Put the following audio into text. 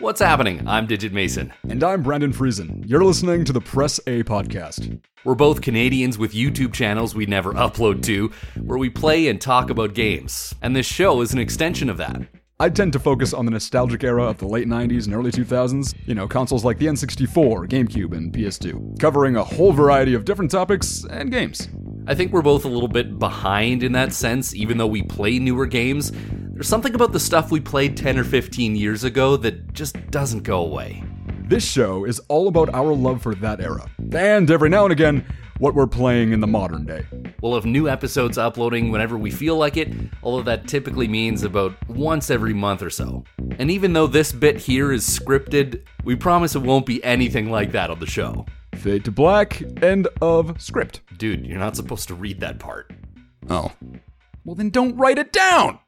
What's happening? I'm Digit Mason. And I'm Brandon Friesen. You're listening to the Press A podcast. We're both Canadians with YouTube channels we never upload to, where we play and talk about games. And this show is an extension of that. I tend to focus on the nostalgic era of the late 90s and early 2000s, you know, consoles like the N64, GameCube, and PS2, covering a whole variety of different topics and games. I think we're both a little bit behind in that sense, even though we play newer games. There's something about the stuff we played 10 or 15 years ago that just doesn't go away. This show is all about our love for that era, and every now and again, what we're playing in the modern day. We'll have new episodes uploading whenever we feel like it, although that typically means about once every month or so. And even though this bit here is scripted, we promise it won't be anything like that on the show. Fade to black, end of script. Dude, you're not supposed to read that part. Oh. Well, then don't write it down!